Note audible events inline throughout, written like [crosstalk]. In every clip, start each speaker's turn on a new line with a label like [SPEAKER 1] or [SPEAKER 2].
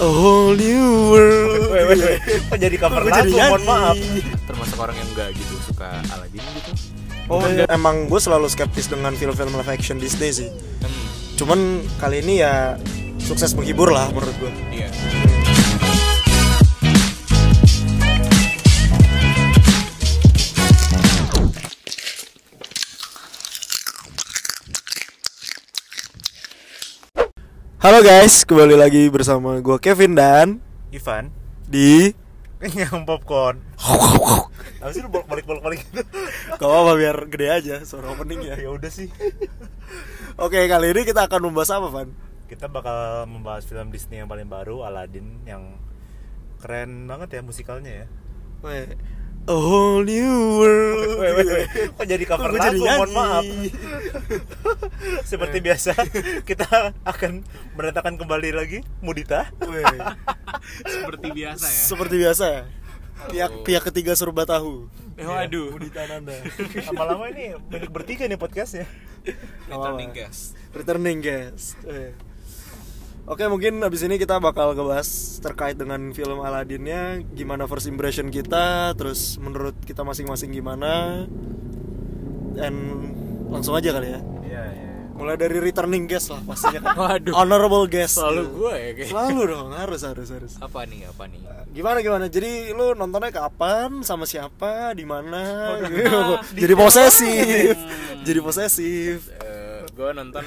[SPEAKER 1] A whole new world.
[SPEAKER 2] Weh, weh, weh. Kok jadi cover
[SPEAKER 1] Gua
[SPEAKER 2] lagu,
[SPEAKER 1] jadi
[SPEAKER 2] mohon
[SPEAKER 1] nyanyi.
[SPEAKER 2] maaf
[SPEAKER 3] termasuk orang yang enggak gitu suka Aladdin gitu
[SPEAKER 1] Oh, emang gue selalu skeptis dengan film-film live action these days sih.
[SPEAKER 3] hmm,
[SPEAKER 1] Cuman kali ini ya sukses menghibur lah menurut gue.
[SPEAKER 3] iya
[SPEAKER 1] Halo guys, kembali lagi bersama gue Kevin dan
[SPEAKER 2] Ivan [laughs]
[SPEAKER 1] di
[SPEAKER 2] Yang popcorn Apa sih lu [laughs] balik-balik gitu
[SPEAKER 1] Gak apa-apa biar gede aja suara openingnya
[SPEAKER 2] Ya udah sih
[SPEAKER 1] Oke kali ini kita akan membahas apa Van?
[SPEAKER 2] Kita bakal membahas film Disney yang paling baru Aladdin yang keren banget ya [laughs] musikalnya ya
[SPEAKER 1] A whole new world
[SPEAKER 2] Weh, weh, weh. Kok jadi cover
[SPEAKER 1] Gua jadi
[SPEAKER 2] lagu, mohon
[SPEAKER 1] nyanyi.
[SPEAKER 2] maaf Seperti biasa, [laughs] kita akan mendatangkan kembali lagi Mudita
[SPEAKER 1] Weh,
[SPEAKER 3] seperti biasa ya
[SPEAKER 1] Seperti biasa ya Pihak, pihak ketiga serba tahu Iya,
[SPEAKER 3] eh, waduh
[SPEAKER 1] Mudita Nanda
[SPEAKER 2] Lama-lama ini milik bertiga nih podcastnya
[SPEAKER 1] Oh,
[SPEAKER 3] returning
[SPEAKER 1] iya.
[SPEAKER 3] guest
[SPEAKER 1] [laughs] Returning guest Weh. Oke mungkin abis ini kita bakal ngebahas terkait dengan film Aladdinnya Gimana first impression kita Terus menurut kita masing-masing gimana Dan langsung aja kali ya
[SPEAKER 2] Iya, iya
[SPEAKER 1] Mulai dari returning guest lah pastinya kan.
[SPEAKER 3] [laughs] Waduh.
[SPEAKER 1] Honorable guest.
[SPEAKER 3] selalu
[SPEAKER 1] Gitu.
[SPEAKER 3] gue ya kayak
[SPEAKER 1] Selalu dong, harus harus harus.
[SPEAKER 3] apa nih apa nih
[SPEAKER 1] Gimana gimana? Jadi lu nontonnya kapan? Sama siapa? Di mana? Gitu. [laughs] Jadi posesif. [laughs] Jadi posesif.
[SPEAKER 3] gue Eh, [laughs] nonton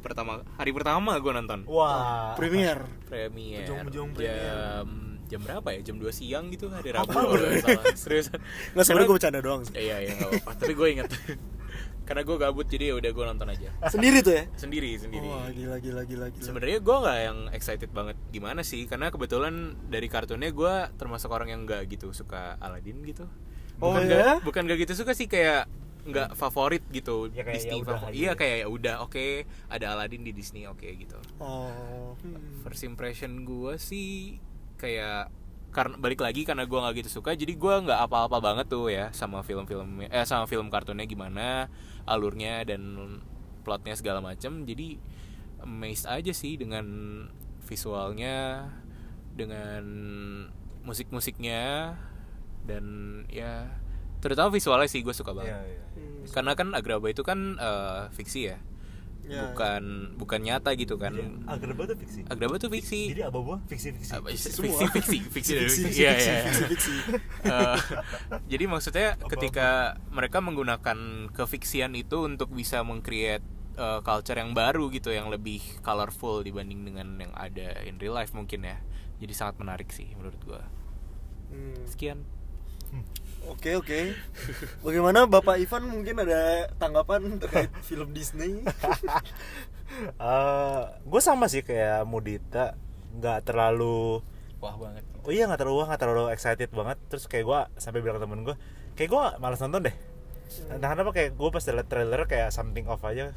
[SPEAKER 3] pertama hari pertama gue nonton
[SPEAKER 2] Wah
[SPEAKER 1] Premier.
[SPEAKER 3] premier
[SPEAKER 1] Ujung-ujung
[SPEAKER 3] jam jam berapa ya jam 2 siang gitu hari Rabu kalau nggak salah. seriusan
[SPEAKER 1] Nggak sebenarnya gue
[SPEAKER 3] Karena-
[SPEAKER 1] bercanda doang sih.
[SPEAKER 3] iya iya nggak apa-apa tapi gue ingat [laughs] karena gue gabut jadi ya udah gue nonton aja
[SPEAKER 1] Sendiri tuh ya.
[SPEAKER 3] sendiri sendiri
[SPEAKER 1] Wah, gila gila gila
[SPEAKER 2] gitu.
[SPEAKER 1] gila.
[SPEAKER 3] sebenarnya gue nggak yang excited banget gimana sih karena kebetulan dari kartunnya gue termasuk orang yang nggak gitu suka Aladdin gitu
[SPEAKER 1] Oh, ya?
[SPEAKER 3] bukan
[SPEAKER 2] iya?
[SPEAKER 3] nggak bukan nggak gitu suka sih kayak nggak favorit gitu
[SPEAKER 2] Ya, kayak
[SPEAKER 3] Disney
[SPEAKER 2] ya udah
[SPEAKER 3] favor-
[SPEAKER 2] aja.
[SPEAKER 3] iya kayak ya udah oke ada Aladdin di Disney oke gitu
[SPEAKER 1] Oh. Hmm.
[SPEAKER 3] first impression gue sih kayak karena balik lagi karena gue nggak gitu suka jadi gue nggak apa-apa banget tuh ya sama film-film eh sama film kartunnya gimana alurnya dan plotnya segala macem jadi amazed aja sih dengan visualnya dengan musik-musiknya dan ya terutama visualnya sih gue suka banget
[SPEAKER 2] Iya, iya
[SPEAKER 1] Hmm.
[SPEAKER 3] karena kan Agraba itu kan eh, fiksi ya
[SPEAKER 1] Ya,
[SPEAKER 2] iya.
[SPEAKER 3] bukan bukan nyata gitu kan
[SPEAKER 2] Agrabah Ah, tuh fiksi.
[SPEAKER 3] Agraba tuh fiksi
[SPEAKER 2] Jadi apa buah fiksi fiksi.
[SPEAKER 3] apa sih?
[SPEAKER 1] Semua.
[SPEAKER 3] fiksi fiksi fiksi dari
[SPEAKER 1] Fiksi,
[SPEAKER 3] fiksi iya
[SPEAKER 1] fiksi,
[SPEAKER 3] iya
[SPEAKER 1] fiksi, fiksi.
[SPEAKER 3] Eh, jadi maksudnya ketika mereka menggunakan kefiksian itu untuk bisa mengcreate eh, culture yang baru gitu yang lebih colorful dibanding dengan yang ada in real life mungkin ya jadi sangat menarik sih menurut gua
[SPEAKER 1] Hmm.
[SPEAKER 3] sekian
[SPEAKER 2] Hmm.
[SPEAKER 1] Oke oke. Bagaimana Bapak Ivan mungkin ada tanggapan terkait film
[SPEAKER 3] [laughs]
[SPEAKER 1] Disney?
[SPEAKER 2] [laughs] gue Eh, sama sih kayak Mudita, nggak terlalu,
[SPEAKER 3] wah banget
[SPEAKER 2] oh iya nggak terlalu nggak terlalu excited banget. Terus kayak gue sampai bilang ke temen gue, kayak gue malas nonton deh. Entah kenapa kayak gue pas liat trailer kayak something off aja.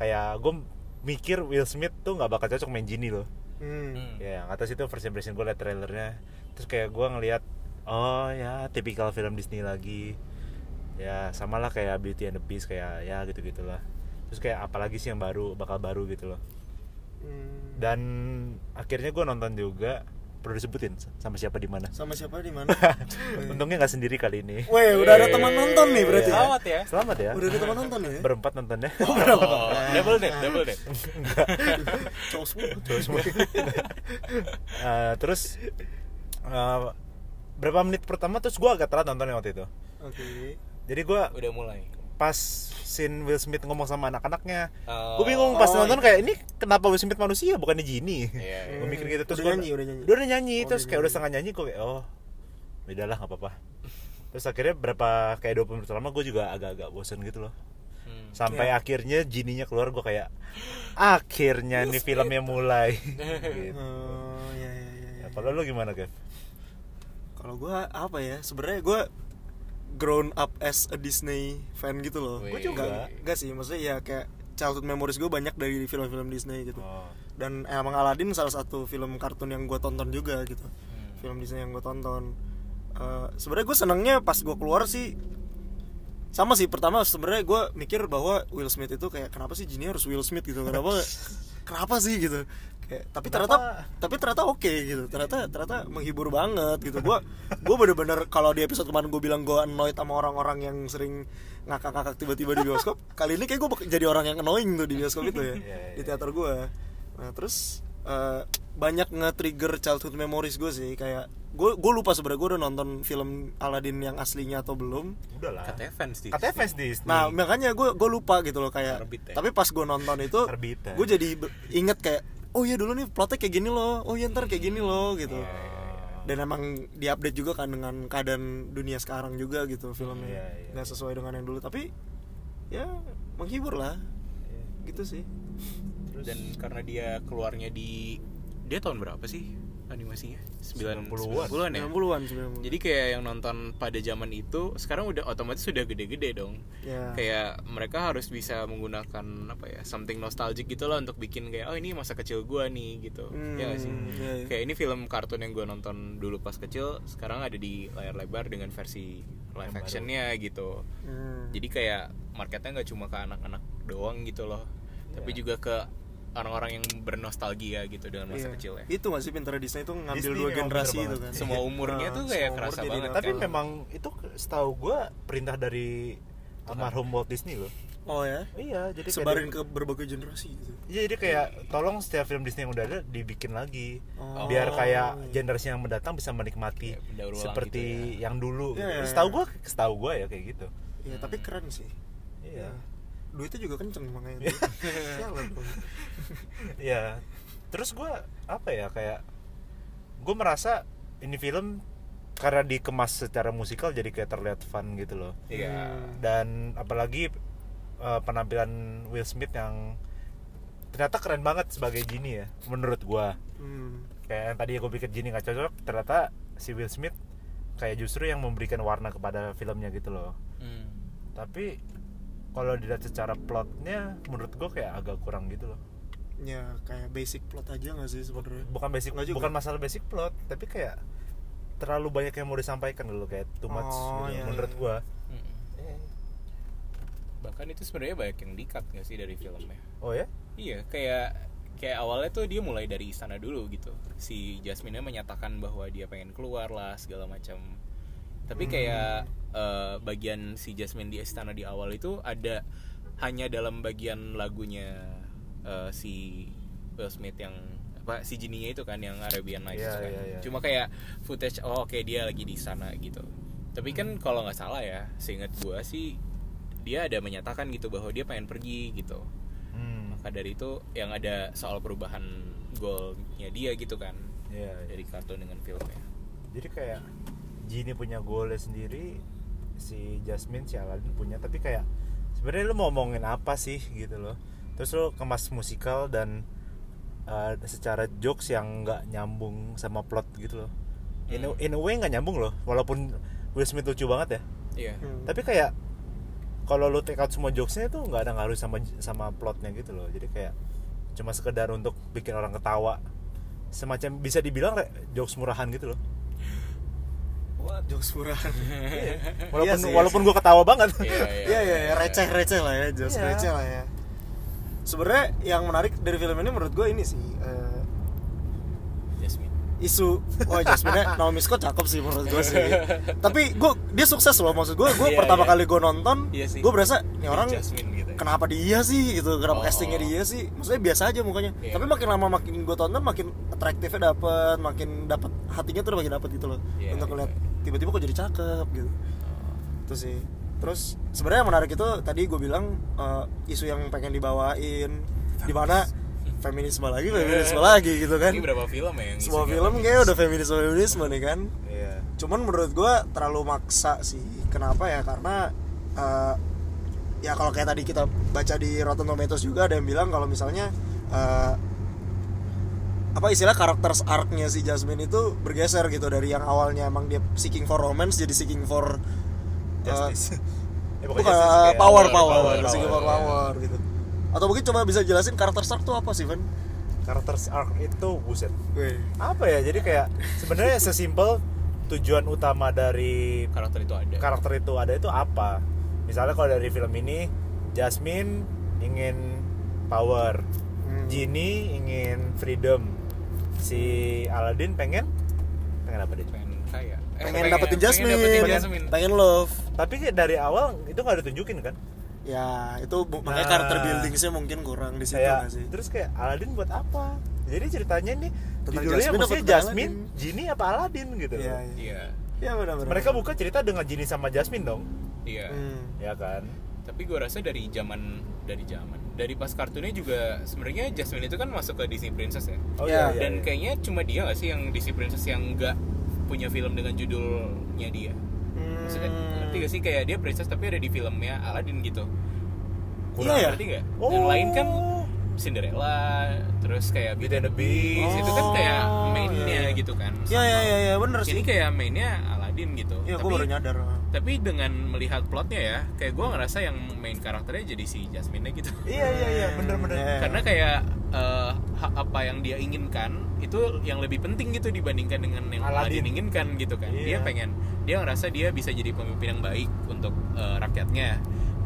[SPEAKER 2] Kayak gue mikir Will Smith tuh nggak bakal cocok main Genie loh.
[SPEAKER 1] Hmm.
[SPEAKER 2] Ya yang atas itu first impression gue liat trailernya. Terus kayak gue ngeliat, oh ya tipikal film Disney lagi. Ya samalah kayak Beauty and the Beast kayak ya gitu gitulah. Terus kayak apalagi sih yang baru bakal baru gitu loh.
[SPEAKER 1] Hmm.
[SPEAKER 2] dan akhirnya gue nonton juga perlu disebutin s- sama siapa di mana
[SPEAKER 1] Sama siapa di
[SPEAKER 3] [laughs]
[SPEAKER 1] mana?
[SPEAKER 2] [laughs] untungnya nggak sendiri kali ini Iya,
[SPEAKER 1] Weh, udah ada teman nonton nih berarti. ya?
[SPEAKER 3] selamat ya
[SPEAKER 2] selamat ya
[SPEAKER 1] Udah ada teman nonton ya?
[SPEAKER 2] berempat nontonnya
[SPEAKER 3] Oh, double date double date
[SPEAKER 1] Cowok semua.
[SPEAKER 3] [laughs]
[SPEAKER 2] Eh, terus eh, berapa menit pertama terus gue agak telat nontonnya waktu itu
[SPEAKER 1] Oke.
[SPEAKER 2] jadi gue
[SPEAKER 3] udah mulai
[SPEAKER 2] pas scene Will Smith ngomong sama anak-anaknya
[SPEAKER 3] Oh.
[SPEAKER 2] gue bingung pas
[SPEAKER 1] Oh,
[SPEAKER 2] nonton kayak ini kenapa Will Smith manusia bukannya
[SPEAKER 3] Iya,
[SPEAKER 2] genie
[SPEAKER 3] iya.
[SPEAKER 2] gue mikir gitu terus
[SPEAKER 1] Udah
[SPEAKER 2] [laughs] gua-
[SPEAKER 1] nyanyi, udah nyanyi.
[SPEAKER 2] udah, udah nyanyi
[SPEAKER 1] Oh,
[SPEAKER 2] terus
[SPEAKER 1] udah
[SPEAKER 2] kayak udah
[SPEAKER 1] nyanyi.
[SPEAKER 2] setengah nyanyi gue kayak oh beda lah nggak apa-apa terus akhirnya berapa kayak 20 menit lama gue juga agak-agak bosen gitu loh
[SPEAKER 3] Hmm.
[SPEAKER 2] sampai
[SPEAKER 1] Iya.
[SPEAKER 2] akhirnya jininya keluar gue kayak akhirnya nih filmnya mulai
[SPEAKER 3] [laughs]
[SPEAKER 2] gitu.
[SPEAKER 1] Oh, ya ya ya. ya.
[SPEAKER 2] Ya, kalau lu gimana Kev?
[SPEAKER 1] Kalau gua apa ya? Sebenarnya gua grown up as a Disney fan gitu loh. Nggak-
[SPEAKER 3] Gua juga.
[SPEAKER 1] nggak sih, maksudnya ya kayak childhood memories gue banyak dari film-film Disney gitu.
[SPEAKER 2] Oh.
[SPEAKER 1] Dan emang Aladdin salah satu film kartun yang gua tonton juga gitu. Film Disney yang gua tonton. Eh, sebenarnya gue senangnya pas gua keluar sih sama sih pertama sebenarnya gue mikir bahwa Will Smith itu kayak kenapa sih Genie harus Will Smith gitu kenapa kenapa sih gitu Kayak, tapi ternyata tapi ternyata oke gitu ternyata ternyata menghibur banget gitu gua gua bener-bener kalau di episode kemarin gua bilang gua annoyed sama orang-orang yang sering ngakak-ngakak tiba-tiba di bioskop [laughs] kali ini kayak gua bak- jadi orang yang annoying tuh di bioskop itu ya
[SPEAKER 2] [laughs] Iya, iya,
[SPEAKER 1] di teater gua nah terus eh, banyak nge-trigger childhood memories gue sih kayak gue gue lupa sebenarnya gue udah nonton film Aladdin yang aslinya atau belum
[SPEAKER 2] udah lah
[SPEAKER 3] Katanya fans di
[SPEAKER 2] katanya fans Disney
[SPEAKER 1] Nah makanya gue gue lupa gitu loh kayak.
[SPEAKER 3] Terbit ya.
[SPEAKER 1] Tapi pas gue nonton itu,
[SPEAKER 2] Terbit ya.
[SPEAKER 1] gue jadi be- inget kayak, oh iya dulu nih plotnya kayak gini loh, oh iya ntar kayak gini loh gitu.
[SPEAKER 2] Iya. Oh.
[SPEAKER 1] Dan emang diupdate juga kan dengan keadaan dunia sekarang juga gitu filmnya,
[SPEAKER 2] Iya, iya,
[SPEAKER 1] nggak sesuai dengan yang dulu. Tapi ya menghibur lah,
[SPEAKER 2] Iya.
[SPEAKER 1] gitu sih.
[SPEAKER 3] dan karena dia keluarnya di dia tahun berapa sih animasinya? 90-an.
[SPEAKER 2] 90-an.
[SPEAKER 3] 90-an ya.
[SPEAKER 1] 90-an, 90-an.
[SPEAKER 3] Jadi kayak yang nonton pada zaman itu sekarang udah otomatis sudah gede-gede dong.
[SPEAKER 1] Ya.
[SPEAKER 3] Kayak mereka harus bisa menggunakan apa ya something nostalgic gitu loh untuk bikin kayak oh ini masa kecil gua nih gitu.
[SPEAKER 1] Hmm,
[SPEAKER 3] Ya nggak sih?
[SPEAKER 1] iya, iya.
[SPEAKER 3] Kayak ini film kartun yang gua nonton dulu pas kecil sekarang ada di layar lebar dengan versi live actionnya gitu.
[SPEAKER 1] Hmm.
[SPEAKER 3] Jadi kayak marketnya nggak cuma ke anak-anak doang gitu loh, tapi juga ke orang-orang yang bernostalgia gitu dengan masa
[SPEAKER 1] Iya.
[SPEAKER 3] kecilnya.
[SPEAKER 1] Itu masih pinter Disney itu ngambil
[SPEAKER 2] Disney
[SPEAKER 1] dua
[SPEAKER 2] memang
[SPEAKER 1] generasi
[SPEAKER 2] pinter
[SPEAKER 1] itu kan.
[SPEAKER 2] banget. Iya.
[SPEAKER 3] Semua umurnya
[SPEAKER 1] Nah,
[SPEAKER 3] tuh kayak
[SPEAKER 1] semua umur
[SPEAKER 3] kerasa
[SPEAKER 1] jadi
[SPEAKER 3] banget.
[SPEAKER 1] dapat.
[SPEAKER 2] tapi
[SPEAKER 3] kan.
[SPEAKER 2] memang itu setahu gua perintah dari almarhum Walt Disney loh
[SPEAKER 1] Oh ya.
[SPEAKER 2] iya jadi kayak
[SPEAKER 1] Sebarin
[SPEAKER 2] dia-
[SPEAKER 1] ke berbagai generasi gitu.
[SPEAKER 2] Iya, jadi kayak tolong setiap film Disney yang udah ada dibikin lagi
[SPEAKER 1] Oh.
[SPEAKER 2] biar kayak generasi yang mendatang bisa menikmati
[SPEAKER 3] Ya, mendaur ulang
[SPEAKER 2] seperti yang dulu gitu.
[SPEAKER 1] Iya, iya,
[SPEAKER 2] setahu
[SPEAKER 1] iya.
[SPEAKER 2] gua setahu gua ya kayak gitu
[SPEAKER 1] Ya tapi keren sih.
[SPEAKER 2] iya
[SPEAKER 1] duitnya juga kenceng [laughs] makanya tuh. Sialan tuh.
[SPEAKER 2] [laughs] iya terus gua apa ya kayak gua merasa ini film karena dikemas secara musikal jadi kayak terlihat fun gitu loh
[SPEAKER 3] Iya.
[SPEAKER 2] dan apalagi eh, penampilan Will Smith yang ternyata keren banget sebagai Genie ya menurut gua
[SPEAKER 1] Hmm.
[SPEAKER 2] kayak yang tadi gue pikir Genie nggak cocok ternyata si Will Smith kayak justru yang memberikan warna kepada filmnya gitu loh
[SPEAKER 3] Hmm.
[SPEAKER 2] tapi kalau dilihat secara plotnya menurut gue kayak agak kurang gitu loh
[SPEAKER 1] Ya kayak basic plot aja gak sih sebenarnya?
[SPEAKER 2] bukan basic
[SPEAKER 1] Nggak juga.
[SPEAKER 2] bukan masalah basic plot tapi kayak terlalu banyak yang mau disampaikan dulu kayak too much
[SPEAKER 1] Oh,
[SPEAKER 2] gitu,
[SPEAKER 1] iya,
[SPEAKER 2] menurut
[SPEAKER 1] iya.
[SPEAKER 2] gue
[SPEAKER 3] Mm-mm. Bahkan itu sebenarnya banyak yang dikat nggak sih dari filmnya?
[SPEAKER 2] oh ya
[SPEAKER 3] Iya, kayak kayak awalnya tuh dia mulai dari istana dulu gitu. Si Jasmine menyatakan bahwa dia pengen keluar lah segala macam.
[SPEAKER 2] Hmm.
[SPEAKER 3] Tapi kayak eh, bagian si Jasmine di istana di awal itu ada hanya dalam bagian lagunya eh, si Will Smith yang apa si jininya itu kan yang Arabian Nights
[SPEAKER 2] Iya,
[SPEAKER 3] itu kan.
[SPEAKER 2] iya, iya.
[SPEAKER 3] Cuma kayak footage oh oke dia lagi di sana gitu. Tapi
[SPEAKER 2] Hmm.
[SPEAKER 3] kan kalau nggak salah ya, seingat gua sih dia ada menyatakan gitu bahwa dia pengen pergi gitu
[SPEAKER 2] hmm
[SPEAKER 3] maka dari itu yang ada soal perubahan golnya dia gitu kan
[SPEAKER 2] iya, iya.
[SPEAKER 3] dari kartun dengan filmnya
[SPEAKER 2] jadi kayak Genie punya goalnya sendiri si Jasmine si Aladdin punya tapi kayak sebenarnya lu mau ngomongin apa sih gitu loh terus lu kemas musikal dan uh, secara jokes yang nggak nyambung sama plot gitu loh
[SPEAKER 1] Hmm.
[SPEAKER 2] in a, in a way nggak nyambung loh walaupun Will Smith lucu banget ya
[SPEAKER 3] iya
[SPEAKER 1] Hmm.
[SPEAKER 2] tapi kayak kalau lu take out semua jokesnya itu nggak ada ngaruh sama sama plotnya gitu loh jadi kayak cuma sekedar untuk bikin orang ketawa semacam bisa dibilang re- jokes murahan gitu loh
[SPEAKER 1] Wah, jokes murahan.
[SPEAKER 2] walaupun
[SPEAKER 1] Iya sih, iya
[SPEAKER 2] walaupun gue ketawa banget
[SPEAKER 3] iya
[SPEAKER 2] [laughs]
[SPEAKER 1] Iya iya ya, receh-receh lah ya, jokes
[SPEAKER 2] Iya.
[SPEAKER 1] receh lah ya. Sebenarnya yang menarik dari film ini menurut gue ini sih eh,
[SPEAKER 3] Jasmine
[SPEAKER 1] isu wah Jasmine Naomi Scott cakep sih menurut gue sih tapi gue dia sukses loh maksud gue gue
[SPEAKER 3] Iya,
[SPEAKER 1] pertama
[SPEAKER 3] iya.
[SPEAKER 1] kali gue nonton
[SPEAKER 3] Iya sih.
[SPEAKER 1] gue berasa ini
[SPEAKER 3] Ini
[SPEAKER 1] orang
[SPEAKER 3] Jasmine gitu ya.
[SPEAKER 1] kenapa dia sih gitu kenapa
[SPEAKER 3] Oh.
[SPEAKER 1] castingnya dia sih maksudnya biasa aja mukanya
[SPEAKER 3] Iya.
[SPEAKER 1] tapi makin lama makin gue tonton makin atraktifnya dapet makin dapet hatinya tuh makin dapet gitu loh
[SPEAKER 3] Iya,
[SPEAKER 1] untuk
[SPEAKER 3] iya.
[SPEAKER 1] ngeliat tiba-tiba kok jadi cakep gitu itu sih terus sebenarnya yang menarik itu tadi gue bilang eh, isu yang pengen dibawain di mana feminisme lagi feminisme lagi gitu kan
[SPEAKER 3] Iya. ini berapa film ya yang
[SPEAKER 1] semua
[SPEAKER 3] isinya
[SPEAKER 1] film kayak gitu? udah feminisme feminisme nih kan
[SPEAKER 2] iya
[SPEAKER 1] cuman menurut gue terlalu maksa sih kenapa ya karena eh, ya kalau kayak tadi kita baca di Rotten Tomatoes juga ada yang bilang kalau misalnya eh, apa istilah karakter arc-nya si Jasmine itu bergeser gitu dari yang awalnya emang dia seeking for romance jadi seeking for eh,
[SPEAKER 2] justice Eh,
[SPEAKER 1] bukan
[SPEAKER 2] justice,
[SPEAKER 1] eh,
[SPEAKER 2] kayak-
[SPEAKER 1] power power,
[SPEAKER 3] power,
[SPEAKER 1] seeking for
[SPEAKER 3] power,
[SPEAKER 2] iya.
[SPEAKER 1] power gitu atau mungkin coba bisa jelasin karakter arc tuh apa sih Van?
[SPEAKER 2] karakter Iya. arc itu buset
[SPEAKER 1] Weh.
[SPEAKER 2] apa ya jadi kayak sebenarnya sesimpel tujuan utama dari
[SPEAKER 3] karakter itu
[SPEAKER 1] Iya.
[SPEAKER 3] ada
[SPEAKER 2] karakter itu ada itu apa misalnya kalau dari film ini Jasmine ingin power
[SPEAKER 1] Hmm.
[SPEAKER 2] Genie genie ingin freedom si Aladdin pengen pengen apa dia
[SPEAKER 3] pengen kaya Eh,
[SPEAKER 1] pengen, dapetin Jasmine,
[SPEAKER 3] pengen dapetin Jasmine.
[SPEAKER 1] pengen love.
[SPEAKER 2] tapi kayak dari awal itu nggak ditunjukin kan
[SPEAKER 1] Ya, itu bu- makanya
[SPEAKER 2] Nah. Iya.
[SPEAKER 1] karakter building-nya mungkin kurang di situ
[SPEAKER 2] kayak
[SPEAKER 1] nggak sih?
[SPEAKER 2] terus kayak Aladdin buat apa jadi ceritanya nih
[SPEAKER 1] Tentang
[SPEAKER 2] judulnya
[SPEAKER 1] Jasmine apa
[SPEAKER 2] maksudnya
[SPEAKER 1] tentang
[SPEAKER 2] Jasmine,
[SPEAKER 1] Aladdin?
[SPEAKER 2] Genie apa Aladdin gitu
[SPEAKER 1] Iya,
[SPEAKER 2] loh.
[SPEAKER 1] iya.
[SPEAKER 3] iya
[SPEAKER 1] Ya, benar-benar.
[SPEAKER 2] mereka buka cerita dengan Genie sama Jasmine dong
[SPEAKER 3] iya
[SPEAKER 1] Hmm.
[SPEAKER 2] ya kan
[SPEAKER 3] tapi gue rasa dari zaman dari zaman dari pas kartunnya juga sebenarnya Jasmine itu kan masuk ke Disney Princess ya
[SPEAKER 2] oh
[SPEAKER 1] Ya,
[SPEAKER 2] iya, iya,
[SPEAKER 3] dan
[SPEAKER 2] iya.
[SPEAKER 3] kayaknya cuma dia gak sih yang Disney Princess yang nggak punya film dengan judulnya dia
[SPEAKER 1] Hmm.
[SPEAKER 3] maksudnya ngerti gak sih kayak dia princess tapi ada di filmnya Aladdin gitu
[SPEAKER 1] Kurang. Iya ya?
[SPEAKER 3] ngerti gak?
[SPEAKER 2] Oh.
[SPEAKER 3] yang lain kan Cinderella terus kayak Beauty and the Beast itu kan kayak
[SPEAKER 1] Oh,
[SPEAKER 3] mainnya
[SPEAKER 1] iya.
[SPEAKER 3] gitu kan
[SPEAKER 1] Ya, ya, ya, ya, bener sih.
[SPEAKER 3] ini kayak mainnya Aladdin gitu
[SPEAKER 1] Iya, gue
[SPEAKER 3] tapi
[SPEAKER 1] baru nyadar.
[SPEAKER 3] tapi dengan melihat plotnya ya kayak gue ngerasa yang main karakternya jadi si Jasmine gitu
[SPEAKER 2] iya iya iya bener bener
[SPEAKER 1] Iya.
[SPEAKER 3] karena kayak eh, ha- apa yang dia inginkan itu yang lebih penting gitu dibandingkan dengan yang
[SPEAKER 2] Aladdin.
[SPEAKER 3] Aladdin inginkan gitu kan dia
[SPEAKER 2] Iya.
[SPEAKER 3] pengen dia ngerasa dia bisa jadi pemimpin yang baik untuk eh, rakyatnya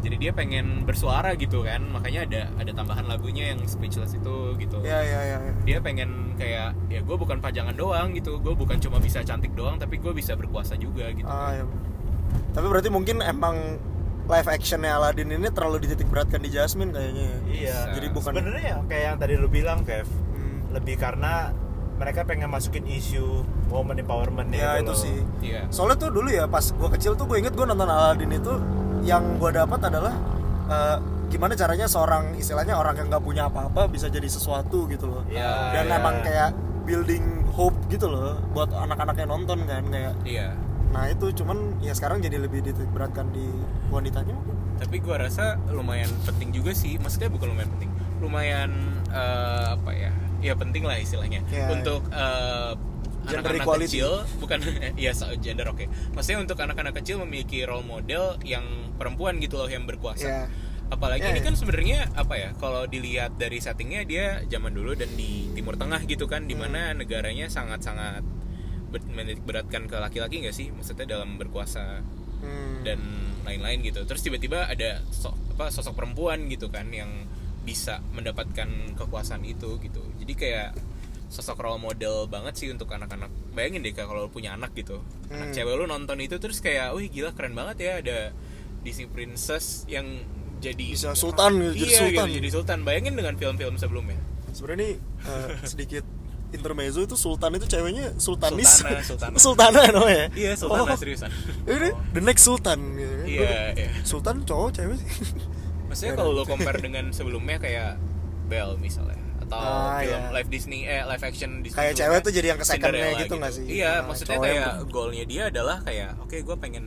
[SPEAKER 3] jadi dia pengen bersuara gitu kan makanya ada ada tambahan lagunya yang speechless itu gitu
[SPEAKER 1] Ya, ya, ya. ya.
[SPEAKER 3] dia pengen kayak ya gue bukan pajangan doang gitu gue bukan cuma bisa cantik doang tapi gue bisa berkuasa juga gitu
[SPEAKER 1] Ah, ya. bener. Tapi berarti mungkin emang live actionnya Aladdin ini terlalu dititik beratkan di Jasmine kayaknya. ya.
[SPEAKER 2] iya
[SPEAKER 1] Jadi bukan.
[SPEAKER 2] sebenarnya ya kayak yang tadi lu bilang Kev
[SPEAKER 1] Hmm.
[SPEAKER 2] lebih karena mereka pengen masukin isu woman gitu empowerment
[SPEAKER 1] Ya, itu sih.
[SPEAKER 3] iya
[SPEAKER 1] Soalnya tuh dulu ya pas gue kecil tuh gue inget gue nonton Aladdin itu yang gue dapat adalah eh, gimana caranya seorang istilahnya orang yang nggak punya apa-apa bisa jadi sesuatu gitu loh.
[SPEAKER 2] Iya,
[SPEAKER 1] Dan
[SPEAKER 2] iya.
[SPEAKER 1] emang kayak building hope gitu loh buat anak-anak yang nonton kan kayak.
[SPEAKER 3] iya
[SPEAKER 1] Nah itu cuman ya sekarang jadi lebih dititik beratkan di wanitanya. mungkin.
[SPEAKER 3] tapi gua rasa lumayan penting juga sih maksudnya bukan lumayan penting lumayan eh, apa ya ya penting lah istilahnya
[SPEAKER 1] Ya,
[SPEAKER 3] untuk eh,
[SPEAKER 1] Gender
[SPEAKER 3] anak-anak
[SPEAKER 1] equality.
[SPEAKER 3] kecil bukan [laughs] ya so- gender oke maksudnya untuk anak-anak kecil memiliki role model yang perempuan gitu loh yang
[SPEAKER 1] Ya.
[SPEAKER 3] berkuasa apalagi
[SPEAKER 1] Ya,
[SPEAKER 3] ini
[SPEAKER 1] ya.
[SPEAKER 3] kan sebenarnya apa ya kalau dilihat dari settingnya dia zaman dulu dan di timur tengah gitu kan dimana
[SPEAKER 1] Hmm.
[SPEAKER 3] negaranya sangat-sangat ber- menitik beratkan ke laki-laki nggak sih maksudnya dalam berkuasa
[SPEAKER 1] Hmm.
[SPEAKER 3] dan lain-lain gitu terus tiba-tiba ada so- apa sosok perempuan gitu kan yang bisa mendapatkan kekuasaan itu gitu jadi kayak sosok role model banget sih untuk anak-anak bayangin deh Kak, kalau lu punya anak gitu anak
[SPEAKER 1] Hmm.
[SPEAKER 3] cewek lu nonton itu terus kayak wih gila keren banget ya ada Disney princess yang jadi
[SPEAKER 1] Bisa sultan gitu, jadi
[SPEAKER 3] iya, gitu,
[SPEAKER 1] sultan.
[SPEAKER 3] jadi sultan bayangin dengan film-film sebelumnya
[SPEAKER 1] sebenarnya nih eh, sedikit intermezzo itu sultan itu ceweknya sultanis
[SPEAKER 3] Sultana, Sultana.
[SPEAKER 1] [laughs] sultana namanya
[SPEAKER 3] iya sultan lah
[SPEAKER 1] Oh,
[SPEAKER 3] seriusan
[SPEAKER 1] ini the next sultan gitu kan.
[SPEAKER 3] iya iya
[SPEAKER 1] sultan cowok cewek sih [laughs]
[SPEAKER 3] Maksudnya kalau lo compare dengan sebelumnya kayak Belle misalnya atau
[SPEAKER 1] Ah,
[SPEAKER 3] film
[SPEAKER 1] iya.
[SPEAKER 3] live Disney eh live action Disney
[SPEAKER 1] Kayak
[SPEAKER 3] juga
[SPEAKER 1] cewek
[SPEAKER 3] kan,
[SPEAKER 1] tuh jadi yang kesekannya
[SPEAKER 3] Cinderella
[SPEAKER 1] gitu nggak sih?
[SPEAKER 3] Iya,
[SPEAKER 1] Ah,
[SPEAKER 3] maksudnya
[SPEAKER 1] cowok yang
[SPEAKER 3] kayak
[SPEAKER 1] ber-
[SPEAKER 3] goalnya dia adalah kayak oke gue pengen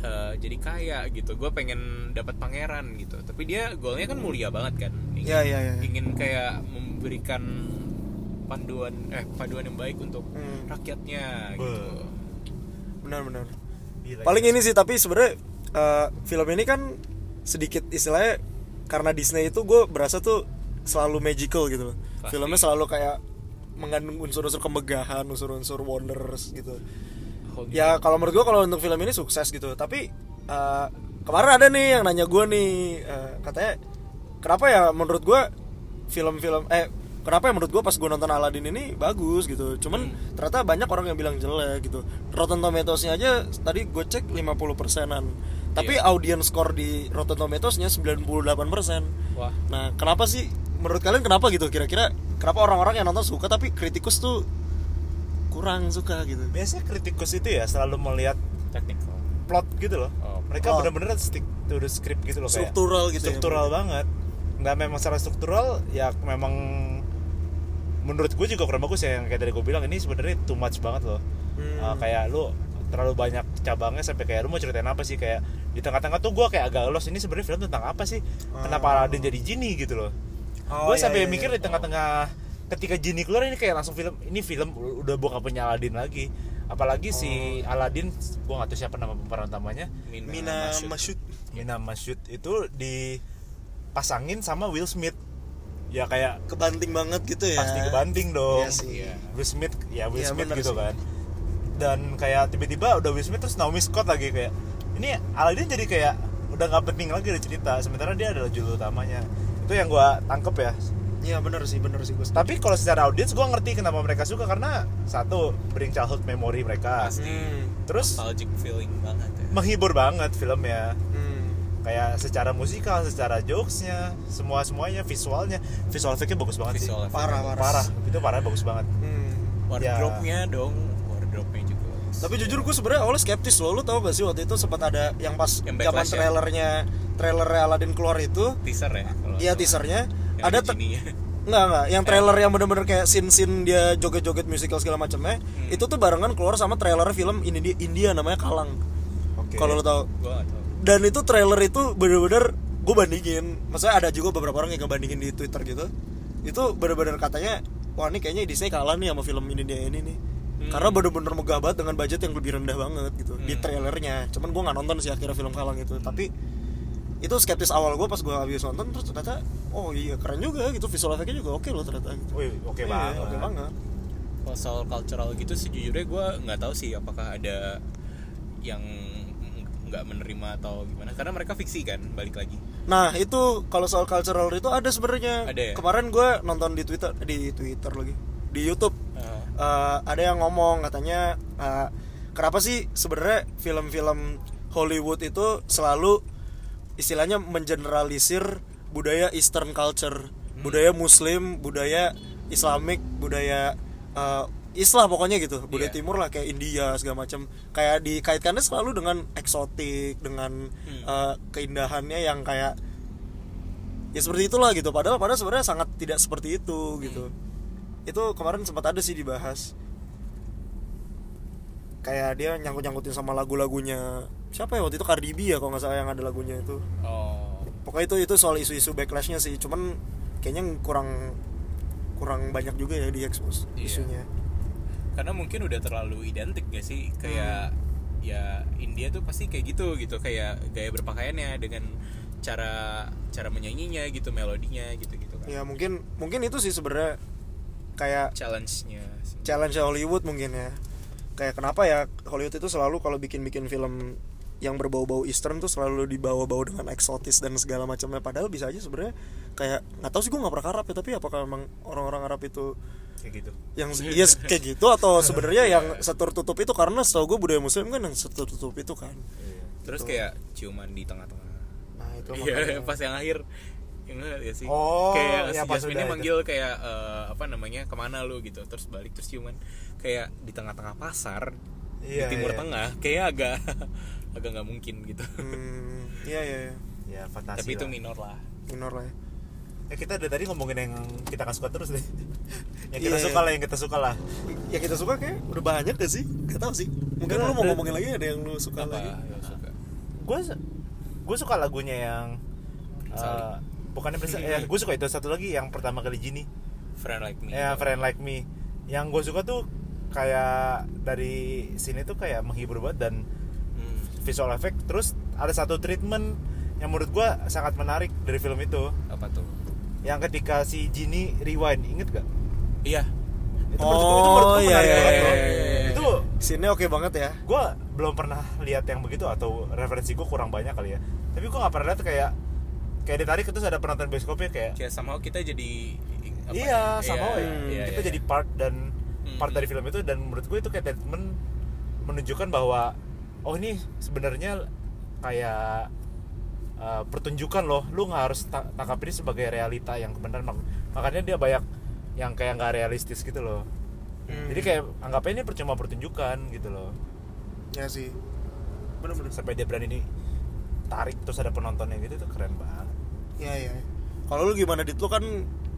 [SPEAKER 3] eh, jadi kaya gitu, gue pengen dapat pangeran gitu. Tapi dia goalnya kan mulia banget kan. Ingin,
[SPEAKER 1] Hmm. Iya, iya, iya.
[SPEAKER 3] ingin kayak memberikan panduan eh panduan yang baik untuk
[SPEAKER 1] Hmm.
[SPEAKER 3] rakyatnya
[SPEAKER 2] Be.
[SPEAKER 3] gitu.
[SPEAKER 1] benar-benar
[SPEAKER 2] Gila,
[SPEAKER 1] paling
[SPEAKER 2] gila.
[SPEAKER 1] ini sih tapi sebenarnya eh, film ini kan sedikit istilahnya karena Disney itu gue berasa tuh selalu magical gitu loh
[SPEAKER 3] Pasti.
[SPEAKER 1] filmnya selalu kayak mengandung unsur-unsur kemegahan unsur-unsur wonders gitu
[SPEAKER 3] Hold your-
[SPEAKER 1] ya kalau menurut gue kalau untuk film ini sukses gitu tapi eh, kemarin ada nih yang nanya gue nih eh, katanya kenapa ya menurut gue film-film eh kenapa ya menurut gue pas gue nonton Aladdin ini bagus gitu cuman ternyata banyak orang yang bilang jelek gitu Rotten Tomatoes-nya aja tadi gue cek 50 persenan tapi audience score di Rotten Tomatoes-nya 98
[SPEAKER 3] Wah.
[SPEAKER 1] nah kenapa sih menurut kalian kenapa gitu kira-kira kenapa orang-orang yang nonton suka tapi kritikus tuh kurang suka gitu
[SPEAKER 2] biasanya kritikus itu ya selalu melihat
[SPEAKER 3] technical.
[SPEAKER 2] plot gitu loh
[SPEAKER 3] Oh.
[SPEAKER 1] Oh.
[SPEAKER 2] mereka benar-benar stick to the script gitu loh kayak
[SPEAKER 1] Struktural gitu ya,
[SPEAKER 2] struktural banget nggak memang secara struktural ya memang menurut gue juga kurang bagus ya yang kayak tadi gue bilang ini sebenarnya too much banget loh
[SPEAKER 1] Hmm.
[SPEAKER 2] Eh, kayak lu terlalu banyak cabangnya sampai kayak lu mau ceritain apa sih kayak di tengah-tengah tuh gue kayak agak lost ini sebenarnya film tentang apa sih kenapa Aladdin jadi genie gitu loh
[SPEAKER 1] Ah. Oh,
[SPEAKER 2] gue
[SPEAKER 1] iya,
[SPEAKER 2] sampai
[SPEAKER 1] iya,
[SPEAKER 2] mikir
[SPEAKER 1] iya.
[SPEAKER 2] di tengah-tengah ketika Genie keluar ini kayak langsung film ini film udah bukan punya Aladdin lagi apalagi si
[SPEAKER 1] Oh.
[SPEAKER 2] Aladdin gue nggak tahu siapa nama pemeran utamanya
[SPEAKER 3] Nah,
[SPEAKER 1] Mina
[SPEAKER 3] Masyud.
[SPEAKER 1] Masyud
[SPEAKER 2] Mina Masyud itu dipasangin sama Will Smith ya kayak
[SPEAKER 1] kebanting banget gitu ya
[SPEAKER 2] pasti kebanting dong
[SPEAKER 1] Iya sih.
[SPEAKER 3] Iya.
[SPEAKER 2] Will Smith ya Will
[SPEAKER 1] Iya,
[SPEAKER 2] Smith
[SPEAKER 1] bener sih.
[SPEAKER 2] gitu kan dan kayak tiba-tiba udah Will Smith terus Naomi Scott lagi kayak ini Aladdin jadi kayak udah nggak penting lagi ada cerita sementara dia adalah judul utamanya itu yang gua tangkep ya
[SPEAKER 1] Iya bener sih, bener sih gue.
[SPEAKER 2] Tapi kalau secara audiens gue ngerti kenapa mereka suka karena satu bring childhood memory mereka.
[SPEAKER 3] Pasti.
[SPEAKER 1] Hmm.
[SPEAKER 2] Terus
[SPEAKER 3] nostalgic feeling banget ya
[SPEAKER 2] menghibur banget filmnya.
[SPEAKER 1] Hmm.
[SPEAKER 2] Kayak secara musikal, secara jokesnya, semua semuanya, visualnya, visual efeknya bagus banget
[SPEAKER 3] Visual
[SPEAKER 2] sih.
[SPEAKER 3] effect.
[SPEAKER 1] Parah, parah.
[SPEAKER 2] Parah, itu parah bagus banget.
[SPEAKER 1] Hmm.
[SPEAKER 3] wardrobe-nya dong wardrobe-nya juga
[SPEAKER 1] Ya. Tapi jujur gue sebenarnya awalnya skeptis loh. Lu tau gak sih waktu itu sempat ada yang pas
[SPEAKER 3] Yang
[SPEAKER 1] zaman
[SPEAKER 3] backlash ya?
[SPEAKER 1] trailernya trailer Aladdin keluar itu,
[SPEAKER 3] teaser ya kalau
[SPEAKER 1] iya
[SPEAKER 3] nggak
[SPEAKER 1] teasernya
[SPEAKER 3] salah. Yang
[SPEAKER 1] ada te-
[SPEAKER 3] gini ya.
[SPEAKER 1] Enggak, enggak. Yang trailer yang bener-bener kayak scene-scene dia joget-joget musical segala macamnya itu tuh barengan keluar sama trailer film India, India namanya Kalang.
[SPEAKER 2] Oke.
[SPEAKER 1] Kalau lo tau.
[SPEAKER 3] gua nggak tahu
[SPEAKER 1] Dan itu trailer itu bener-bener gue bandingin. Maksudnya ada juga beberapa orang yang ngebandingin di Twitter gitu. Itu bener-bener katanya, wah ini kayaknya Disney kalah nih sama film India ini nih.
[SPEAKER 2] Hmm.
[SPEAKER 1] Karena bener-bener megah banget dengan budget yang lebih rendah banget gitu di trailernya. Cuman gue nggak nonton sih akhirnya film Kalang itu.
[SPEAKER 2] Hmm.
[SPEAKER 1] Tapi itu skeptis awal gue pas gue habis nonton terus ternyata oh iya keren juga gitu visual effect-nya juga oke loh ternyata gitu.
[SPEAKER 2] Wih, oke
[SPEAKER 1] Iya,
[SPEAKER 2] banget.
[SPEAKER 1] oke banget.
[SPEAKER 3] kalau soal cultural gitu sejujurnya gue nggak tahu sih apakah ada yang nggak menerima atau gimana karena mereka fiksi kan balik lagi
[SPEAKER 1] Nah itu kalau soal cultural itu ada sebenarnya.
[SPEAKER 3] Ada ya?
[SPEAKER 1] Kemarin gue nonton di Twitter, di Twitter lagi, di YouTube
[SPEAKER 3] Eh,
[SPEAKER 1] eh, ada yang ngomong katanya eh, kenapa sih sebenarnya film-film Hollywood itu selalu istilahnya mengeneralisir budaya Eastern culture, budaya Muslim, budaya Islamic, budaya eh, Islam pokoknya gitu, budaya
[SPEAKER 3] Iya.
[SPEAKER 1] Timur lah kayak India segala macam kayak dikaitkannya selalu dengan eksotik, dengan eh, keindahannya yang kayak ya seperti itulah gitu padahal padahal sebenarnya sangat tidak seperti itu gitu itu kemarin sempat ada sih dibahas kayak dia nyangkut nyangkutin sama lagu-lagunya siapa ya waktu itu Cardi B ya kalau nggak salah yang ada lagunya itu
[SPEAKER 3] oh
[SPEAKER 1] pokoknya itu itu soal isu-isu backlashnya sih cuman kayaknya kurang kurang banyak juga ya di expose
[SPEAKER 3] Iya.
[SPEAKER 1] isunya
[SPEAKER 3] karena mungkin udah terlalu identik gak sih kayak
[SPEAKER 1] Hmm.
[SPEAKER 3] ya India tuh pasti kayak gitu gitu kayak gaya berpakaiannya dengan cara cara menyanyinya gitu melodinya gitu gitu kan
[SPEAKER 1] ya mungkin mungkin itu sih sebenarnya kayak
[SPEAKER 3] challenge-nya sih.
[SPEAKER 1] challenge Hollywood mungkin ya kayak kenapa ya Hollywood itu selalu kalau bikin-bikin film yang berbau-bau Eastern tuh selalu dibawa-bawa dengan eksotis dan segala macamnya padahal bisa aja sebenarnya kayak nggak tahu sih gue nggak pernah ke Arab ya tapi apakah emang orang-orang Arab itu
[SPEAKER 2] Kayak gitu.
[SPEAKER 1] [laughs] yang iya kayak gitu atau sebenarnya yang setur tutup itu karena setahu gue budaya Muslim kan yang setur tutup itu kan
[SPEAKER 2] Iya.
[SPEAKER 3] terus
[SPEAKER 1] gitu.
[SPEAKER 3] kayak ciuman di tengah-tengah
[SPEAKER 1] nah itu
[SPEAKER 3] Iya,
[SPEAKER 1] makanya.
[SPEAKER 3] pas yang akhir Ingat ya sih
[SPEAKER 2] Oh,
[SPEAKER 3] Kayak
[SPEAKER 2] ya,
[SPEAKER 3] si
[SPEAKER 2] pas
[SPEAKER 3] Jasmine
[SPEAKER 2] udah
[SPEAKER 3] manggil kayak eh, Apa namanya, kemana lu gitu Terus balik, terus ciuman Kayak di tengah-tengah pasar
[SPEAKER 2] Iya,
[SPEAKER 3] Di timur
[SPEAKER 2] iya.
[SPEAKER 3] tengah Kayak agak [laughs] Agak nggak mungkin gitu
[SPEAKER 1] hmm, iya iya iya.
[SPEAKER 2] Ya, fantasi.
[SPEAKER 3] Tapi itu
[SPEAKER 2] lah.
[SPEAKER 3] minor lah
[SPEAKER 1] minor lah ya
[SPEAKER 2] Ya, kita dari tadi ngomongin yang kita nggak suka terus deh. [laughs] yang kita
[SPEAKER 1] Iya,
[SPEAKER 2] suka
[SPEAKER 1] iya.
[SPEAKER 2] lah, yang kita suka lah.
[SPEAKER 1] ya kita suka kayak udah banyak gak sih gak tau sih mungkin
[SPEAKER 2] Udah
[SPEAKER 1] lu mau
[SPEAKER 2] ada.
[SPEAKER 1] ngomongin lagi ada yang lu suka
[SPEAKER 3] Apa?
[SPEAKER 1] lagi
[SPEAKER 3] Gak suka.
[SPEAKER 2] gue gue suka lagunya yang eh bukannya
[SPEAKER 1] [laughs]
[SPEAKER 2] Prince- ya gue suka itu satu lagi yang pertama kali Gini
[SPEAKER 3] Friend like me
[SPEAKER 2] ya Friend Like Me yang gue suka tuh kayak dari sini tuh kayak menghibur banget dan
[SPEAKER 3] Hmm.
[SPEAKER 2] visual effect terus ada satu treatment yang menurut gue sangat menarik dari film itu
[SPEAKER 3] Apa tuh?
[SPEAKER 2] yang ketika si Genie rewind inget gak
[SPEAKER 3] Iya
[SPEAKER 2] itu
[SPEAKER 1] Oh, iya, iya, iya,
[SPEAKER 2] banget loh.
[SPEAKER 1] iya,
[SPEAKER 3] iya.
[SPEAKER 2] itu
[SPEAKER 1] Scene-nya oke banget ya
[SPEAKER 2] gue belum pernah lihat yang begitu atau referensi gue kurang banyak kali ya tapi gue nggak pernah lihat kayak kayak ditarik terus ada penonton bioskopnya kayak
[SPEAKER 3] Kayak ya, somehow kita jadi apa
[SPEAKER 2] iya
[SPEAKER 3] ya?
[SPEAKER 2] sama ya
[SPEAKER 3] iya,
[SPEAKER 2] kita
[SPEAKER 3] iya.
[SPEAKER 2] jadi part dan part
[SPEAKER 3] Hmm.
[SPEAKER 2] dari film itu dan menurut gue itu kayak statement menunjukkan bahwa oh ini sebenarnya kayak uh, pertunjukan loh lu nggak harus ta- tangkap ini sebagai realita yang kebenaran Mak- makanya dia banyak yang kayak nggak realistis gitu loh
[SPEAKER 3] Hmm.
[SPEAKER 2] jadi kayak anggapnya ini percuma pertunjukan gitu loh
[SPEAKER 1] ya sih
[SPEAKER 2] sampai dia berani nih tarik terus ada penontonnya gitu tuh keren banget
[SPEAKER 1] ya ya kalau lu gimana dit lu kan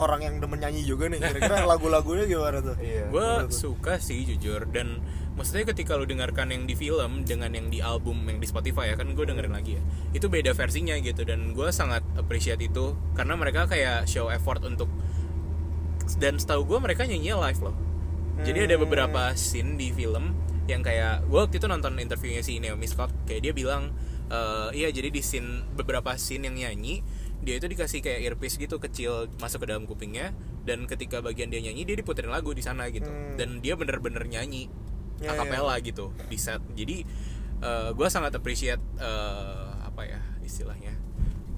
[SPEAKER 1] orang yang demen nyanyi juga nih kira-kira lagu-lagunya gimana tuh
[SPEAKER 2] iya
[SPEAKER 3] gue
[SPEAKER 1] menurut lu?
[SPEAKER 3] suka sih jujur dan maksudnya ketika lu dengarkan yang di film dengan yang di album yang di Spotify ya kan gue dengerin lagi ya itu beda versinya gitu dan gue sangat appreciate itu karena mereka kayak show effort untuk dan setahu gue mereka nyanyi live loh jadi ada beberapa
[SPEAKER 1] Hmm.
[SPEAKER 3] scene di film yang kayak gue waktu itu nonton interviewnya si Naomi Scott kayak dia bilang "Eh, iya jadi di scene beberapa scene yang nyanyi dia itu dikasih kayak earpiece gitu kecil masuk ke dalam kupingnya dan ketika bagian dia nyanyi dia diputerin lagu di sana gitu
[SPEAKER 1] Hmm.
[SPEAKER 3] dan dia bener-bener nyanyi
[SPEAKER 1] Ya,
[SPEAKER 3] akapela gitu di set jadi gue sangat appreciate eh, apa ya istilahnya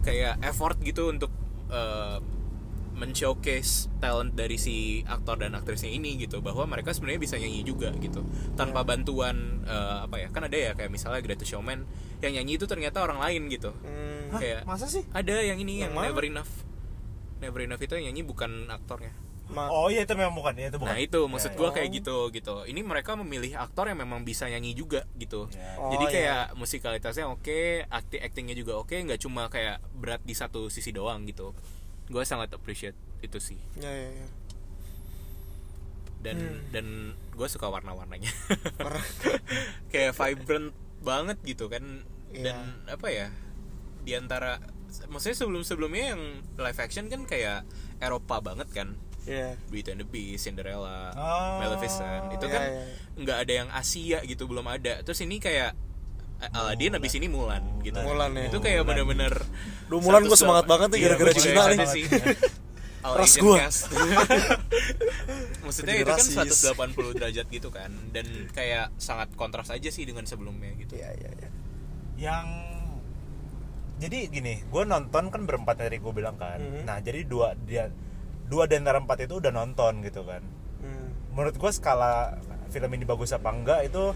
[SPEAKER 3] kayak effort gitu untuk eh, men-showcase talent dari si aktor dan aktrisnya ini gitu bahwa mereka sebenarnya bisa nyanyi juga gitu tanpa bantuan eh, apa ya kan ada ya kayak misalnya Greatest Showman yang nyanyi itu ternyata orang lain gitu
[SPEAKER 1] Hmm,
[SPEAKER 2] Hah,
[SPEAKER 3] Kayak-
[SPEAKER 2] masa sih?
[SPEAKER 3] ada yang ini
[SPEAKER 1] Yang
[SPEAKER 3] yang,
[SPEAKER 1] mana?
[SPEAKER 3] Never Enough Never Enough itu yang nyanyi bukan aktornya
[SPEAKER 1] ma-
[SPEAKER 2] Oh iya itu memang bukan, ya itu bukan.
[SPEAKER 3] Nah itu maksud
[SPEAKER 2] Ya,
[SPEAKER 3] gua
[SPEAKER 1] ya.
[SPEAKER 3] kayak gitu gitu. Ini mereka memilih aktor yang memang bisa nyanyi juga gitu.
[SPEAKER 2] Ya.
[SPEAKER 1] Oh,
[SPEAKER 3] Jadi
[SPEAKER 1] ya.
[SPEAKER 3] kayak musikalitasnya oke, akting actingnya juga oke, nggak cuma kayak berat di satu sisi doang gitu. Gua sangat appreciate itu sih
[SPEAKER 1] ya, ya, ya.
[SPEAKER 3] dan
[SPEAKER 1] Hmm.
[SPEAKER 3] dan gue suka warna-warnanya.
[SPEAKER 1] Parah.
[SPEAKER 3] [laughs] kayak vibrant banget gitu kan
[SPEAKER 1] Iya.
[SPEAKER 3] dan apa ya di antara maksudnya sebelum-sebelumnya yang live action kan kayak Eropa banget kan
[SPEAKER 1] Iya.
[SPEAKER 3] Beauty and the Beast, Cinderella,
[SPEAKER 2] Oh,
[SPEAKER 3] Maleficent itu
[SPEAKER 1] iya,
[SPEAKER 3] kan
[SPEAKER 1] iya.
[SPEAKER 3] nggak ada yang Asia gitu belum ada terus ini kayak eh, Aladdin abis ini Mulan gitu
[SPEAKER 1] Mulan ya.
[SPEAKER 3] itu kayak bener-bener
[SPEAKER 1] Duh, Mulan gua
[SPEAKER 3] 108.
[SPEAKER 1] semangat banget nih
[SPEAKER 3] Iya,
[SPEAKER 1] gara-gara
[SPEAKER 3] gua juga
[SPEAKER 1] Cina nih. [laughs]
[SPEAKER 3] excited sih. All
[SPEAKER 1] Ras
[SPEAKER 3] Asian
[SPEAKER 1] gua. [laughs]
[SPEAKER 3] cast. maksudnya
[SPEAKER 1] Jadi
[SPEAKER 3] itu kan
[SPEAKER 1] rasis.
[SPEAKER 3] 180 derajat gitu kan dan kayak sangat kontras aja sih dengan sebelumnya gitu
[SPEAKER 1] Iya, iya, iya.
[SPEAKER 2] yang jadi gini, gue nonton kan berempat dari gue bilang kan.
[SPEAKER 1] Mhm.
[SPEAKER 2] Nah jadi dua dia dua di antara empat itu udah nonton gitu kan.
[SPEAKER 1] Hmm.
[SPEAKER 2] Menurut gue skala film ini bagus apa enggak itu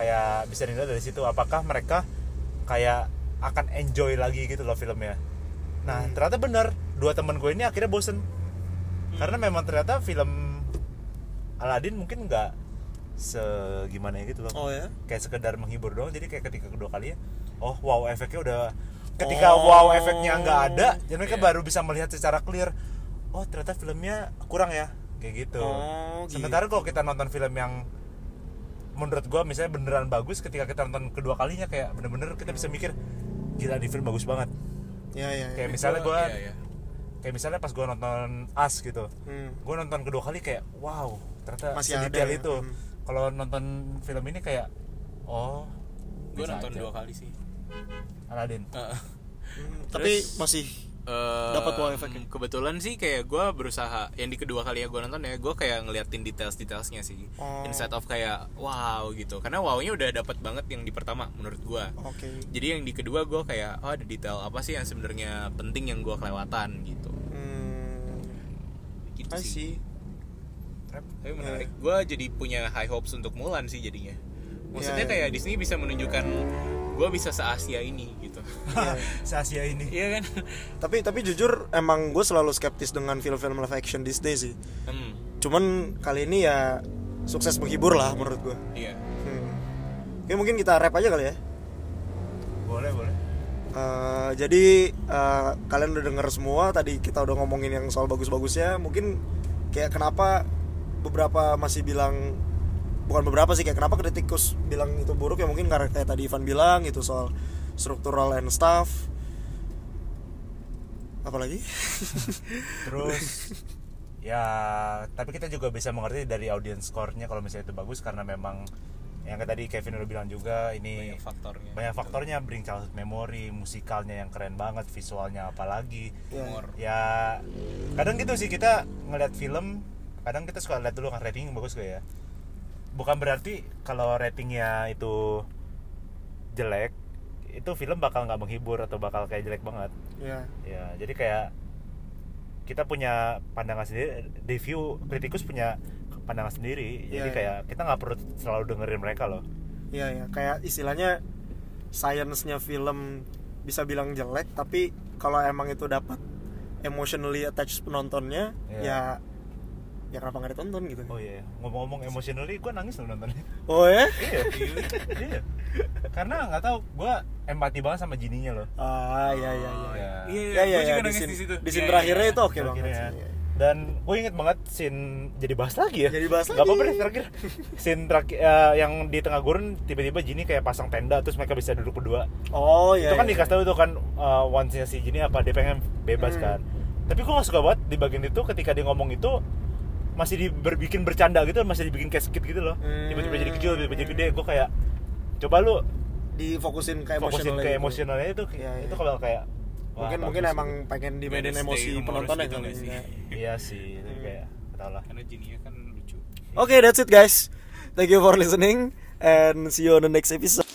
[SPEAKER 2] kayak bisa dilihat dari situ apakah mereka kayak akan enjoy lagi gitu loh filmnya. Nah ternyata bener dua teman gue ini akhirnya bosen karena memang ternyata film Aladdin mungkin nggak segimana gitu loh
[SPEAKER 1] Oh ya.
[SPEAKER 2] kayak sekedar menghibur doang jadi kayak ketika kedua kalinya oh wow efeknya udah ketika
[SPEAKER 1] Oh.
[SPEAKER 2] wow efeknya nggak ada jadi mereka
[SPEAKER 3] Iya.
[SPEAKER 2] baru bisa melihat secara clear oh ternyata filmnya kurang ya kayak gitu
[SPEAKER 1] Oh, gitu.
[SPEAKER 2] sementara kalau kita nonton film yang menurut gua misalnya beneran bagus ketika kita nonton kedua kalinya kayak bener-bener kita bisa mikir gila di film bagus banget
[SPEAKER 1] Iya, iya. iya.
[SPEAKER 2] kayak misalnya
[SPEAKER 3] Gua-
[SPEAKER 2] gua
[SPEAKER 3] iya, iya.
[SPEAKER 2] kayak misalnya pas gua nonton As gitu
[SPEAKER 1] Hmm.
[SPEAKER 2] gue nonton kedua kali kayak wow ternyata
[SPEAKER 1] Masih
[SPEAKER 2] masih
[SPEAKER 1] ada ya,
[SPEAKER 2] itu
[SPEAKER 1] hmm.
[SPEAKER 2] kalau nonton film ini kayak oh
[SPEAKER 3] gue
[SPEAKER 2] biasa
[SPEAKER 3] nonton
[SPEAKER 2] aja.
[SPEAKER 3] dua kali sih
[SPEAKER 2] Aladdin
[SPEAKER 3] Heeh.
[SPEAKER 1] Hmm, Tapi masih
[SPEAKER 3] Eh,
[SPEAKER 1] Dapat wow efeknya.
[SPEAKER 3] Kebetulan sih kayak gue berusaha yang di kedua kali ya gue nonton ya gue kayak ngeliatin details-detailsnya sih
[SPEAKER 1] Oh.
[SPEAKER 3] instead of kayak wow gitu karena wownya udah dapat banget yang di pertama menurut gue
[SPEAKER 1] oke.
[SPEAKER 3] jadi yang di kedua gue kayak oh ada detail apa sih yang sebenarnya penting yang gue kelewatan gitu
[SPEAKER 1] Hmm.
[SPEAKER 3] gitu
[SPEAKER 1] I
[SPEAKER 3] sih
[SPEAKER 1] see.
[SPEAKER 3] tapi menarik gue jadi punya high hopes untuk Mulan sih jadinya
[SPEAKER 1] Ya, ya.
[SPEAKER 3] maksudnya kayak Disney bisa menunjukkan gue bisa se Asia ini
[SPEAKER 1] [laughs]
[SPEAKER 3] gitu
[SPEAKER 2] se Asia ini
[SPEAKER 3] iya kan
[SPEAKER 1] Tapi tapi jujur emang gue selalu skeptis dengan film-film live action these days sih.
[SPEAKER 3] hmm
[SPEAKER 1] Cuman kali ini ya sukses menghibur lah menurut gue.
[SPEAKER 3] iya
[SPEAKER 1] Hmm. Oke, mungkin kita rap aja kali ya.
[SPEAKER 2] boleh boleh
[SPEAKER 1] Eh, jadi eh, kalian udah denger semua tadi kita udah ngomongin yang soal bagus-bagusnya. Mungkin kayak kenapa beberapa masih bilang bukan beberapa sih kayak kenapa kritikus bilang itu buruk ya mungkin karena kayak tadi Ivan bilang gitu soal struktural and stuff. Apalagi?
[SPEAKER 2] terus ya tapi kita juga bisa mengerti dari audience score-nya kalau misalnya itu bagus karena memang yang kayak tadi Kevin udah bilang juga ini
[SPEAKER 3] banyak faktornya
[SPEAKER 2] banyak faktornya bring childhood memory musikalnya yang keren banget visualnya apalagi
[SPEAKER 1] Ya.
[SPEAKER 2] ya kadang gitu sih kita ngeliat film kadang kita suka lihat dulu kan rating bagus gak ya bukan berarti kalau ratingnya itu jelek itu film bakal nggak menghibur atau bakal kayak jelek banget
[SPEAKER 1] Ya.
[SPEAKER 2] ya jadi kayak kita punya pandangan sendiri review kritikus punya pandangan sendiri jadi
[SPEAKER 1] Iya,
[SPEAKER 2] kayak kita nggak perlu selalu dengerin mereka loh
[SPEAKER 1] Iya ya, kayak istilahnya sainsnya film bisa bilang jelek tapi kalau emang itu dapat emotionally attached penontonnya
[SPEAKER 2] Iya.
[SPEAKER 1] ya ya kenapa nggak ditonton gitu
[SPEAKER 2] oh iya ngomong-ngomong emotionally gue nangis loh
[SPEAKER 1] [laughs]
[SPEAKER 2] nontonnya
[SPEAKER 1] oh ya
[SPEAKER 2] iya iya karena nggak tahu gue empati banget sama jininya loh
[SPEAKER 1] ah ya ya ya ya ya,
[SPEAKER 3] gua
[SPEAKER 2] Iya.
[SPEAKER 1] ya,
[SPEAKER 3] juga
[SPEAKER 1] di
[SPEAKER 3] nangis
[SPEAKER 1] scene,
[SPEAKER 3] di situ.
[SPEAKER 1] di scene
[SPEAKER 3] Iya, iya,
[SPEAKER 1] terakhirnya
[SPEAKER 3] iya.
[SPEAKER 1] itu oke banget
[SPEAKER 2] Terakhirnya.
[SPEAKER 1] sih, iya.
[SPEAKER 2] dan gue inget banget scene jadi bahas lagi ya
[SPEAKER 1] Jadi bahas
[SPEAKER 2] Nggak
[SPEAKER 1] lagi.
[SPEAKER 2] apa-apa deh terakhir scene terakhir eh, yang di tengah gurun tiba-tiba Jinny kayak pasang tenda terus mereka bisa duduk berdua
[SPEAKER 1] oh ya
[SPEAKER 2] itu kan dikasih tahu tuh kan eh, once-nya si Jinny apa dia pengen bebas
[SPEAKER 1] Hmm.
[SPEAKER 2] kan tapi gue gak suka banget di bagian itu ketika dia ngomong itu masih diberbikin bercanda gitu masih dibikin kayak skit gitu loh
[SPEAKER 1] Hmm.
[SPEAKER 2] tiba-tiba jadi kecil tiba-tiba jadi gede gue kayak coba lu
[SPEAKER 1] difokusin ke
[SPEAKER 2] fokusin
[SPEAKER 1] emosional
[SPEAKER 2] ke emosionalnya itu
[SPEAKER 1] Iya, iya.
[SPEAKER 2] itu kalau kayak wah,
[SPEAKER 1] mungkin mungkin
[SPEAKER 2] bagus
[SPEAKER 1] emang
[SPEAKER 2] gitu.
[SPEAKER 1] pengen dimainin
[SPEAKER 3] Wednesday
[SPEAKER 1] emosi
[SPEAKER 3] Iya, humorous
[SPEAKER 1] penontonnya
[SPEAKER 3] gitu
[SPEAKER 1] kali
[SPEAKER 3] nggak sih?
[SPEAKER 1] ya.
[SPEAKER 2] iya sih
[SPEAKER 1] Hmm.
[SPEAKER 2] itu kayak gak tau lah
[SPEAKER 3] karena jininya kan lucu
[SPEAKER 1] oke that's it guys thank you for listening and see you on the next episode